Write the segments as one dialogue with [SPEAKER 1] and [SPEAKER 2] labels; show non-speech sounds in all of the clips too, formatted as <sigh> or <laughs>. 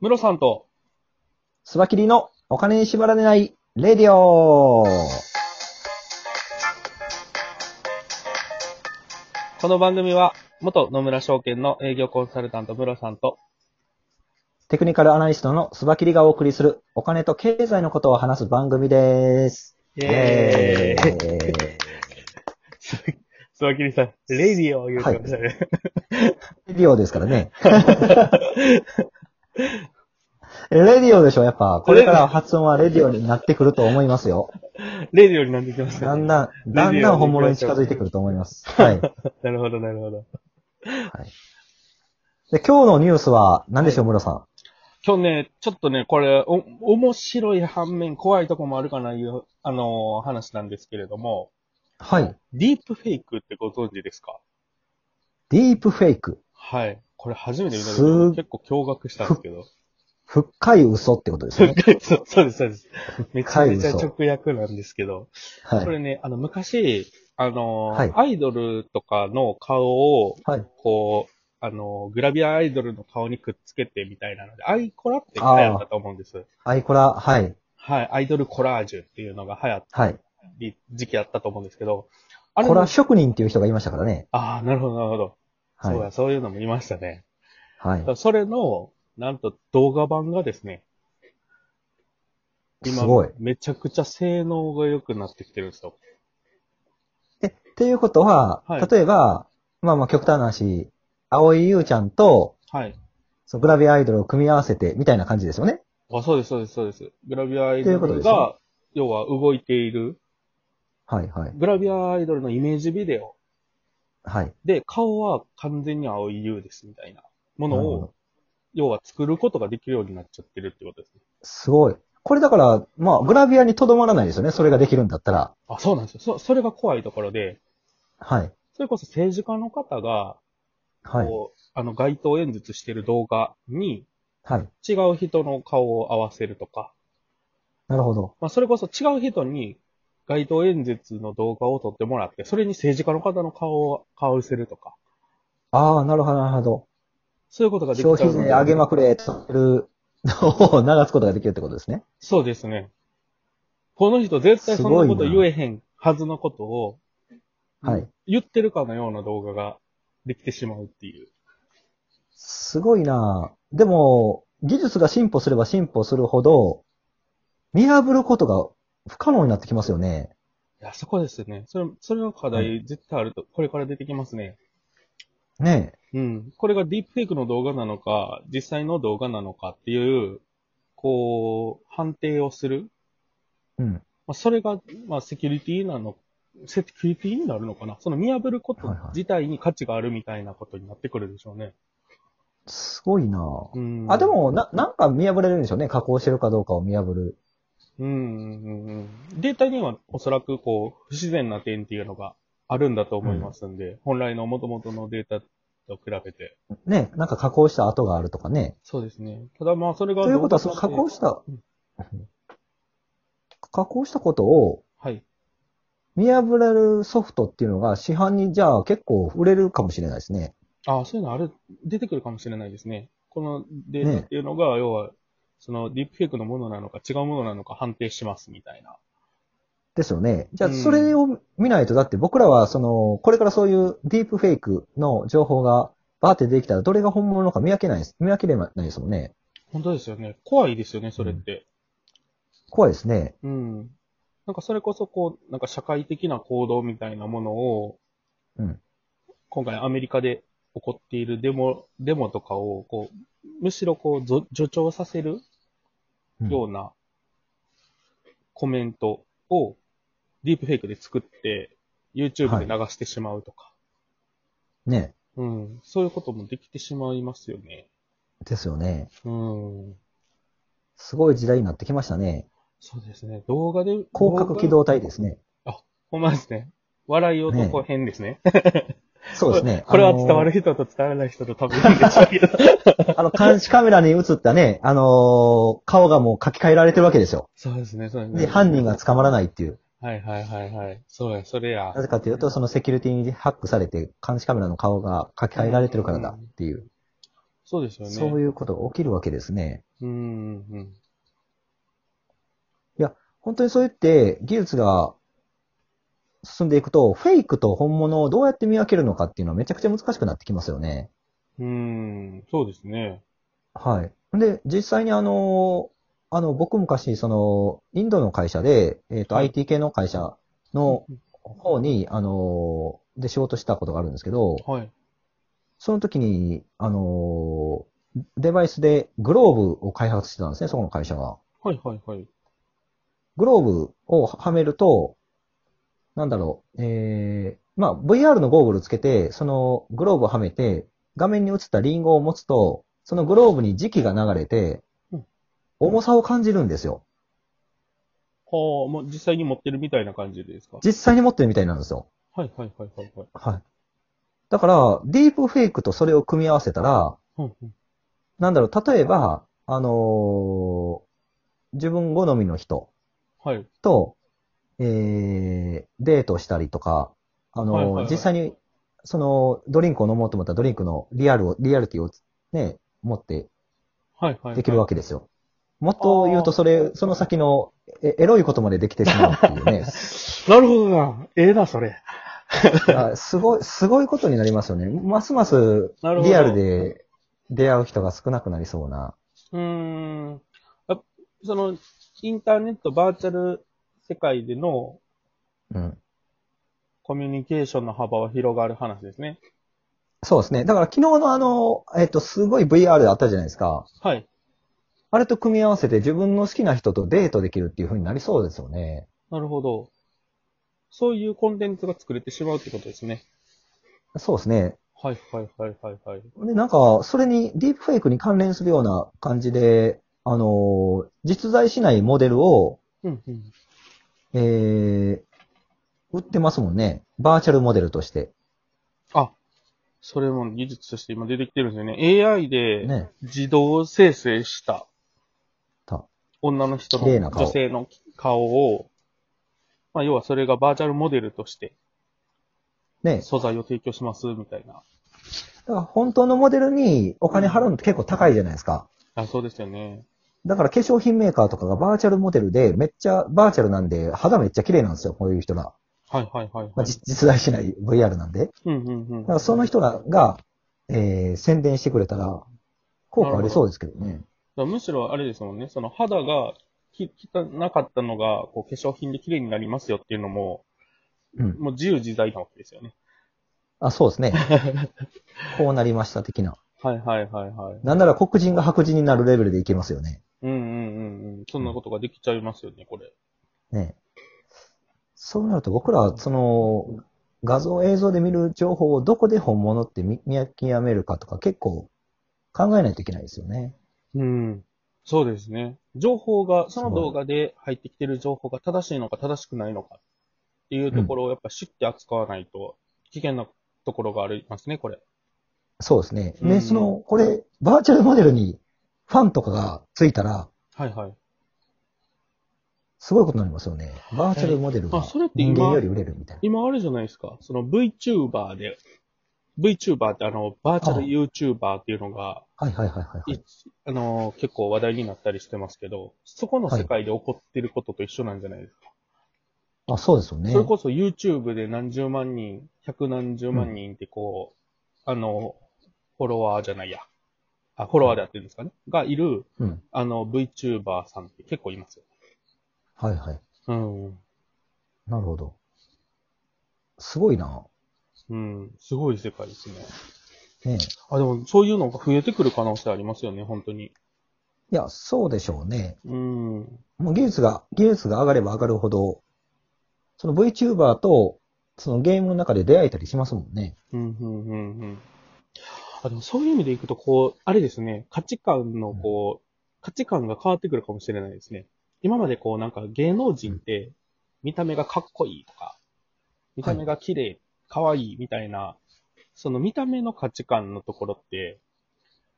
[SPEAKER 1] ムロさんと、
[SPEAKER 2] スバキリのお金に縛られないレディオ
[SPEAKER 1] この番組は、元野村証券の営業コンサルタントムロさんと、
[SPEAKER 2] テクニカルアナリストのスバキリがお送りするお金と経済のことを話す番組です。
[SPEAKER 1] イ
[SPEAKER 2] え
[SPEAKER 1] ーイスワキリさん、レディオを言うてましたね。
[SPEAKER 2] レディオですからね。レディオでしょ、やっぱ。これからは発音はレディオになってくると思いますよ。
[SPEAKER 1] レディオになってきます
[SPEAKER 2] だ
[SPEAKER 1] か、
[SPEAKER 2] ん
[SPEAKER 1] ね、
[SPEAKER 2] だん、だんだん本物に近づいてくると思います。はい。
[SPEAKER 1] なるほど、なるほど。
[SPEAKER 2] で今日のニュースは何でしょう、ムロさん。
[SPEAKER 1] 今日ね、ちょっとね、これ、お、面白い反面、怖いとこもあるかな、いう、あのー話なんですけれども、
[SPEAKER 2] はい。
[SPEAKER 1] ディープフェイクってご存知ですか
[SPEAKER 2] ディープフェイク。
[SPEAKER 1] はい。これ初めて見た
[SPEAKER 2] す
[SPEAKER 1] 時
[SPEAKER 2] ー
[SPEAKER 1] 結構驚愕したんですけど。 <laughs>
[SPEAKER 2] 深い嘘ってことですよね。
[SPEAKER 1] そうそうです、そうです。めちゃめちゃ
[SPEAKER 2] 深い嘘
[SPEAKER 1] 直訳なんですけど。
[SPEAKER 2] は
[SPEAKER 1] こ
[SPEAKER 2] い。
[SPEAKER 1] れね、あの、昔、あの、
[SPEAKER 2] はい
[SPEAKER 1] アイドルとかの顔を、
[SPEAKER 2] はい。
[SPEAKER 1] こう、あの、グラビアアイドルの顔にくっつけてみたいなので、アイコラって流行ったと思うんです。
[SPEAKER 2] アイコラ、はい。
[SPEAKER 1] はい、アイドルコラージュっていうのが流行
[SPEAKER 2] はい。
[SPEAKER 1] り時期あったと思うんですけど、あれ
[SPEAKER 2] コ
[SPEAKER 1] も
[SPEAKER 2] ラ職人っていう人がいましたからね。
[SPEAKER 1] ああ、なるほど、なるほど。
[SPEAKER 2] は
[SPEAKER 1] そうだ、
[SPEAKER 2] い。
[SPEAKER 1] そういうのもいましたね。
[SPEAKER 2] はい
[SPEAKER 1] だか。らそれの、なんと動画版がですね、
[SPEAKER 2] すごい。っ
[SPEAKER 1] めちゃくちゃ性能が良くなってきてるんですよ。
[SPEAKER 2] ていうことは、
[SPEAKER 1] はい
[SPEAKER 2] 例えば、まあまあ極端な話、青井優ちゃんと、
[SPEAKER 1] はい。
[SPEAKER 2] そのグラビアアイドルを組み合わせて、みたいな感じですよね。
[SPEAKER 1] あ、そうです、そうです、そうです。グラビアアイ
[SPEAKER 2] とい
[SPEAKER 1] ド
[SPEAKER 2] うこと
[SPEAKER 1] ル
[SPEAKER 2] ですね
[SPEAKER 1] が、要は動いている、
[SPEAKER 2] はいはい。
[SPEAKER 1] グラビアアイドルのイメージビデオ
[SPEAKER 2] はい。
[SPEAKER 1] で、顔は完全に青い優ですみたいなもの
[SPEAKER 2] なるほ
[SPEAKER 1] を
[SPEAKER 2] ど、
[SPEAKER 1] 要は作ることができるようになっちゃってるってことですね。
[SPEAKER 2] すごい。これだから、まあ、グラビアにとどまらないですよね。それができるんだったら。
[SPEAKER 1] あ、そうなんですよ。そ、それが怖いところで、
[SPEAKER 2] はい。
[SPEAKER 1] それこそ政治家の方が、
[SPEAKER 2] はい。
[SPEAKER 1] こう、あの、街頭演説してる動画に、
[SPEAKER 2] はい。
[SPEAKER 1] 違う人の顔を合わせるとか、
[SPEAKER 2] なるほど。
[SPEAKER 1] まあ、それこそ違う人に街頭演説の動画を撮ってもらって、それに政治家の方の顔を顔をせるとか、
[SPEAKER 2] ああ、なるほど、なるほど。
[SPEAKER 1] そういうことができちゃ
[SPEAKER 2] 消
[SPEAKER 1] う
[SPEAKER 2] 費税上げまくれ、という <laughs> のを流すことができるってことですね。
[SPEAKER 1] そうですね。この人絶対そんなこと言えへんはずのことを、
[SPEAKER 2] はい。
[SPEAKER 1] 言ってるかのような動画ができてしまうっていう。
[SPEAKER 2] すごいなあでも、技術が進歩すれば進歩するほど、見破ることが不可能になってきますよね。
[SPEAKER 1] いや、そこですよね。それ、それの課
[SPEAKER 2] は
[SPEAKER 1] 題絶対あると、これから出てきますね。
[SPEAKER 2] ねえ。
[SPEAKER 1] うん。これがディープフェイクの動画なのか、実際の動画なのかっていう、こう、判定をする。
[SPEAKER 2] うん。
[SPEAKER 1] まあ、それが、まあ、セキュリティなの、セキュリティになるのかなその見破ること
[SPEAKER 2] はいはい
[SPEAKER 1] 自体に価値があるみたいなことになってくるでしょうね。
[SPEAKER 2] すごいなあ
[SPEAKER 1] うん。
[SPEAKER 2] あ、でも、な、なんか見破れるんでしょうね。加工してるかどうかを見破る。
[SPEAKER 1] うんうんうんうん。データにはおそらくこう、不自然な点っていうのがあるんだと思いますんで、本来の元々のデータと比べて。
[SPEAKER 2] ね、なんか加工した跡があるとかね。
[SPEAKER 1] そうですね。ただまあそれが
[SPEAKER 2] ということは、その加工した、加工したことを
[SPEAKER 1] はい。
[SPEAKER 2] 見破れるソフトっていうのが市販にじゃあ結構売れるかもしれないですね。
[SPEAKER 1] ああ、そういうのある、出てくるかもしれないですね。このデータっていうのが、要は、そのディープフェイクのものなのか違うものなのか判定しますみたいな。
[SPEAKER 2] ですよね。じゃ
[SPEAKER 1] う
[SPEAKER 2] あ
[SPEAKER 1] ん
[SPEAKER 2] それを見ないと、だって僕らはその、これからそういうディープフェイクの情報がバーって出てきたらどれが本物か見分けないです。見分ければないですもんね。
[SPEAKER 1] 本当ですよね。怖いですよね、それって。
[SPEAKER 2] 怖いですね。
[SPEAKER 1] うん。なんかそれこそこう、なんか社会的な行動みたいなものを、
[SPEAKER 2] うん。
[SPEAKER 1] 今回アメリカで起こっているデモ、デモとかを、こう、むしろこう、ぞ助長させる
[SPEAKER 2] うん
[SPEAKER 1] ようなコメントをディープフェイクで作って、YouTube で流してしまうとか、
[SPEAKER 2] ね。
[SPEAKER 1] うん、そういうこともできてしまいますよね。
[SPEAKER 2] ですよね。
[SPEAKER 1] うん。
[SPEAKER 2] すごい時代になってきましたね。
[SPEAKER 1] そうですね。動画で。
[SPEAKER 2] 広角機動隊ですね。
[SPEAKER 1] ほんまですね。笑い男編ですね。
[SPEAKER 2] そうですね
[SPEAKER 1] <laughs> 。これは
[SPEAKER 2] あの
[SPEAKER 1] 伝
[SPEAKER 2] ー
[SPEAKER 1] わる人と伝わらない人と多分いるんでしょうけど。
[SPEAKER 2] あの、監視カメラに映ったね、あのー顔がもう書き換えられてるわけですよ。
[SPEAKER 1] <laughs> そうですね、そうですね。
[SPEAKER 2] で、犯人が捕まらないっていう。
[SPEAKER 1] はいはいはいはい。そうや、それや
[SPEAKER 2] な。ぜかというと、そのセキュリティにハックされて、監視カメラの顔が書き換えられてるからだっていう。
[SPEAKER 1] そうですよね。
[SPEAKER 2] そう
[SPEAKER 1] う。
[SPEAKER 2] いうことが起きるわけですね。
[SPEAKER 1] うん、うん。
[SPEAKER 2] 本当にそうやって技術が進んでいくと、フェイクと本物をどうやって見分けるのかっていうのはめちゃくちゃ難しくなってきますよね。
[SPEAKER 1] うん、そうですね。
[SPEAKER 2] はい。で、実際にあの、あの、僕昔、その、インドの会社で、えっ、と、
[SPEAKER 1] はい
[SPEAKER 2] IT 系の会社の方に、あの、で仕事したことがあるんですけど、
[SPEAKER 1] はい。
[SPEAKER 2] その時に、あの、デバイスでグローブを開発してたんですね、そこの会社が。
[SPEAKER 1] はい、はい、はい。
[SPEAKER 2] グローブをはめると、なんだろう、えー、まあ、VR のゴーグルつけて、そのグローブをはめて、画面に映ったリンゴを持つと、そのグローブに磁気が流れて
[SPEAKER 1] うん、
[SPEAKER 2] 重さを感じるんですよ。
[SPEAKER 1] ああ、もう実際に持ってるみたいな感じですか。
[SPEAKER 2] 実際に持ってるみたいなんですよ。
[SPEAKER 1] はい、はい、はい、はい、はい。
[SPEAKER 2] はい。だから、ディープフェイクとそれを組み合わせたら、
[SPEAKER 1] うん、うん。
[SPEAKER 2] なんだろう、例えば、あのー自分好みの人
[SPEAKER 1] はい。
[SPEAKER 2] と、えー、デートしたりとか、あの、
[SPEAKER 1] はいはいはい
[SPEAKER 2] 実際に、その、ドリンクを飲もうと思ったらドリンクのリアルを、リアリティをね、持って
[SPEAKER 1] はい、はい。
[SPEAKER 2] できるわ
[SPEAKER 1] け。
[SPEAKER 2] けですよ。もっと言うと、それ、その先の、え、エロいことまでできてしまうっていう
[SPEAKER 1] <laughs>
[SPEAKER 2] ね。
[SPEAKER 1] なるほどな。ええな、それ。
[SPEAKER 2] あすごい、すごいことになりますよね。ますます
[SPEAKER 1] なるほど
[SPEAKER 2] リアルで出会う人が少なくなりそうな。
[SPEAKER 1] うーん。やっぱその、インターネット、バーチャル世界での
[SPEAKER 2] うん。
[SPEAKER 1] コミュニケーションの幅は広がる話ですね。
[SPEAKER 2] そうですね。だから昨日のあの、えっと、すごい VR であったじゃないですか。
[SPEAKER 1] はい。
[SPEAKER 2] あれと組み合わせて自分の好きな人とデートできるっていう風になりそうですよね。
[SPEAKER 1] なるほど。そういうコンテンツが作れてしまうってことですね。
[SPEAKER 2] そうですね。
[SPEAKER 1] はい、はい、はい、はい、はい。
[SPEAKER 2] で、なんか、それに、ディープフェイクに関連するような感じで、あの、実在しないモデルを、
[SPEAKER 1] うん、うん。
[SPEAKER 2] えー、売ってますもんね。バーチャルモデルとして。
[SPEAKER 1] あ、それも技術として今出てきてるんですよね。AI で、
[SPEAKER 2] ね。
[SPEAKER 1] 自動生成した
[SPEAKER 2] た
[SPEAKER 1] 女の人
[SPEAKER 2] 綺麗
[SPEAKER 1] の
[SPEAKER 2] な顔
[SPEAKER 1] 女性の顔を、まあ、要はそれがバーチャルモデルとして
[SPEAKER 2] ね。
[SPEAKER 1] 素材を提供しますみたいな。
[SPEAKER 2] だから本当のモデルにお金払うのって結構高いじゃないですか。
[SPEAKER 1] あそうですよね。
[SPEAKER 2] だから化粧品メーカーとかがバーチャルモデルで、めっちゃ、バーチャルなんで、肌めっちゃ綺麗なんですよ、こういう人が。
[SPEAKER 1] はいはいはい、
[SPEAKER 2] ま
[SPEAKER 1] は
[SPEAKER 2] あ、
[SPEAKER 1] い。
[SPEAKER 2] じ実在しない VR なんで。
[SPEAKER 1] うんうん
[SPEAKER 2] だか
[SPEAKER 1] うん。
[SPEAKER 2] らその人らが、えー、宣伝してくれたら、効果ありそうですけどね。
[SPEAKER 1] だからむしろあれですもんね、その肌がき汚かったのがこう化粧品で綺麗になりますよっていうのも、
[SPEAKER 2] うん。
[SPEAKER 1] もう自由自在なわけですよね。
[SPEAKER 2] あ、そう
[SPEAKER 1] <laughs>
[SPEAKER 2] ですね。こうなりました的な。
[SPEAKER 1] はいはいはいはい。
[SPEAKER 2] なんなら黒人が白人になるレベルでいけますよね。
[SPEAKER 1] うんうんうんうん。そんなことができちゃいますよね、これ。
[SPEAKER 2] ね。そうなると僕ら、その、画像映像で見る情報をどこで本物って見見極めるかとか結構考えないといけないですよね。
[SPEAKER 1] うん。そうですね。情報が、その
[SPEAKER 2] そう
[SPEAKER 1] 動画で入ってきてる情報が正しいのか正しくないのかっていうところをやっぱ知って扱わないと危険なところがありますね、これ。
[SPEAKER 2] そうですね。
[SPEAKER 1] うん
[SPEAKER 2] で、その、これ、バーチャルモデルにファンとかがついたら、
[SPEAKER 1] はいはい。
[SPEAKER 2] すごいことになりますよね。バーチャルモデル
[SPEAKER 1] あ
[SPEAKER 2] が
[SPEAKER 1] それって今
[SPEAKER 2] 人間より売れるみたいな。
[SPEAKER 1] 今あれじゃないですか。その VTuber で、VTuber ってあの、バーチャル YouTuber っていうのが、
[SPEAKER 2] はいはいはいはい、はい
[SPEAKER 1] い。あの、結構話題になったりしてますけど、そこの世界で起こってることと一緒なんじゃないですか。
[SPEAKER 2] あ、そうですよね
[SPEAKER 1] それ。こそ YouTube で何十万人、百何十万人ってこう、あの、フォロワーじゃないや。あ、フォロワーであってるんですかね。がいる、
[SPEAKER 2] うん。
[SPEAKER 1] あの、VTuber さんって結構いますよ。
[SPEAKER 2] はいはい。
[SPEAKER 1] うん。
[SPEAKER 2] なるほど。すごいな。
[SPEAKER 1] うん。すごい世界ですね。
[SPEAKER 2] ねえ
[SPEAKER 1] あ、でも、そういうのが増えてくる可能性ありますよね、本当に。
[SPEAKER 2] いや、そうでしょうね。
[SPEAKER 1] うん。
[SPEAKER 2] もう技術が、技術が上がれば上がるほど、その VTuber と、そのゲームの中で出会えたりしますもんね。
[SPEAKER 1] うん、うん、うん、うん。あ、でもそういう意味でいくと、こう、あれですね、価値観の、こう、価値観が変わってくるかもしれないですね。今までこう、なんか芸能人って、見た目がかっこいいとか、見た目が綺麗、可愛いみたいな、その見た目の価値観のところって、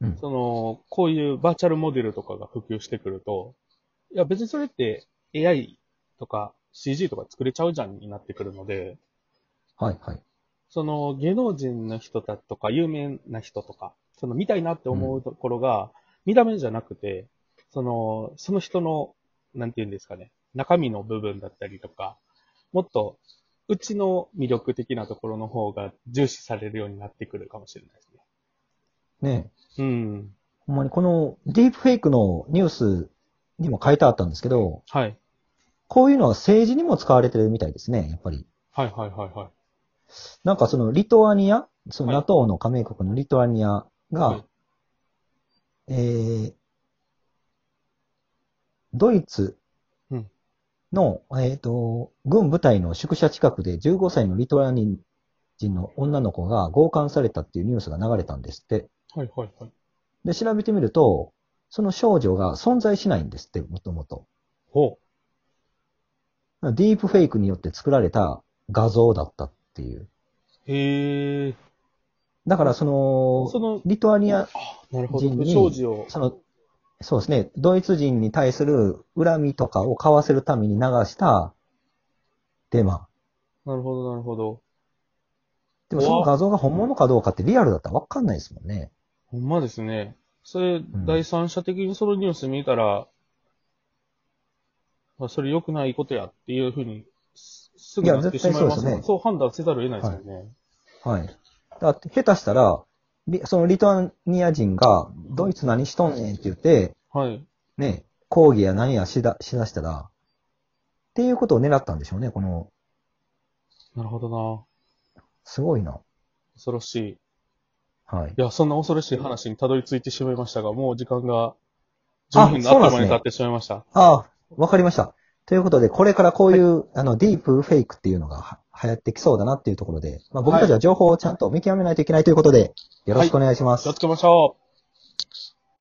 [SPEAKER 2] うん。
[SPEAKER 1] その、こういうバーチャルモデルとかが普及してくると、いや別にそれって AI とか CG とか作れちゃうじゃんになってくるので、
[SPEAKER 2] はいはい。
[SPEAKER 1] その芸能人の人だとか有名な人とかその見たいなって思うところが、見た目じゃなくて、その、その人の、なんていうんですかね、中身の部分だったりとか、もっと、うちの魅力的なところの方が重視されるようになってくるかもしれないですね。
[SPEAKER 2] ね
[SPEAKER 1] うん。
[SPEAKER 2] ほんまにこのディープフェイクのニュースにも書いてあったんですけど、
[SPEAKER 1] はい。
[SPEAKER 2] こういうのは政治にも使われてるみたいですね、やっぱり。
[SPEAKER 1] はいはいはいはい。
[SPEAKER 2] なんかそのリトアニア、その
[SPEAKER 1] はい
[SPEAKER 2] NATO の加盟国のリトアニアが、
[SPEAKER 1] はい
[SPEAKER 2] えー、ドイツ
[SPEAKER 1] うん
[SPEAKER 2] の、えっ、と、軍部隊の宿舎近くで15歳のリトアニア人の女の子が強姦されたっていうニュースが流れたんですって。
[SPEAKER 1] はいはいはい。
[SPEAKER 2] で、調べてみると、その少女が存在しないんですって、もともと。
[SPEAKER 1] ほ
[SPEAKER 2] ディープフェイクによって作られた画像だったっていう。
[SPEAKER 1] う。へえ。
[SPEAKER 2] だからその、
[SPEAKER 1] その、
[SPEAKER 2] リトアニア、
[SPEAKER 1] あ、なるほど。
[SPEAKER 2] 人
[SPEAKER 1] 不
[SPEAKER 2] に
[SPEAKER 1] 祥事を。
[SPEAKER 2] その、そうですね、ドイツ人に対する恨みとかを買わせるために流したデマ。
[SPEAKER 1] なるほどなるほど。
[SPEAKER 2] でもその画像が本物かどうかってリアルだったらわかんないですもんね。
[SPEAKER 1] ほんまですね。それ、第三者的にそのニュース見たら、あそれ良くないことやっていうふうに、すすぐ
[SPEAKER 2] いや
[SPEAKER 1] なって
[SPEAKER 2] 絶
[SPEAKER 1] し
[SPEAKER 2] 対
[SPEAKER 1] まいます
[SPEAKER 2] そう
[SPEAKER 1] も
[SPEAKER 2] です
[SPEAKER 1] ん。
[SPEAKER 2] ね
[SPEAKER 1] そう判断せざるを得ないですよね。
[SPEAKER 2] はい。だって下手したら、リそのリトアニア人が、ドイツ何しとんねんって言って、
[SPEAKER 1] はい。
[SPEAKER 2] ね、抗議や何やしだ、しだしたら、っていうことを狙ったんでしょうね、この、
[SPEAKER 1] なるほどな。
[SPEAKER 2] すごいな。
[SPEAKER 1] 恐ろしい。い
[SPEAKER 2] はい。
[SPEAKER 1] や、そんな恐ろしい話にたどり着いてしまいましたが、もう時間が
[SPEAKER 2] あ
[SPEAKER 1] 10分の
[SPEAKER 2] そうなんです
[SPEAKER 1] 頭
[SPEAKER 2] ね
[SPEAKER 1] に経ってしまいました。
[SPEAKER 2] ああ、わかりました。ということで、これからこういう、あの、ディープフェイクっていうのがは流行ってきそうだなっていうところで、まあ、僕たちは情報をちゃんと見極めないといけないということで、よろしくお願いします。
[SPEAKER 1] 気をつけましょう。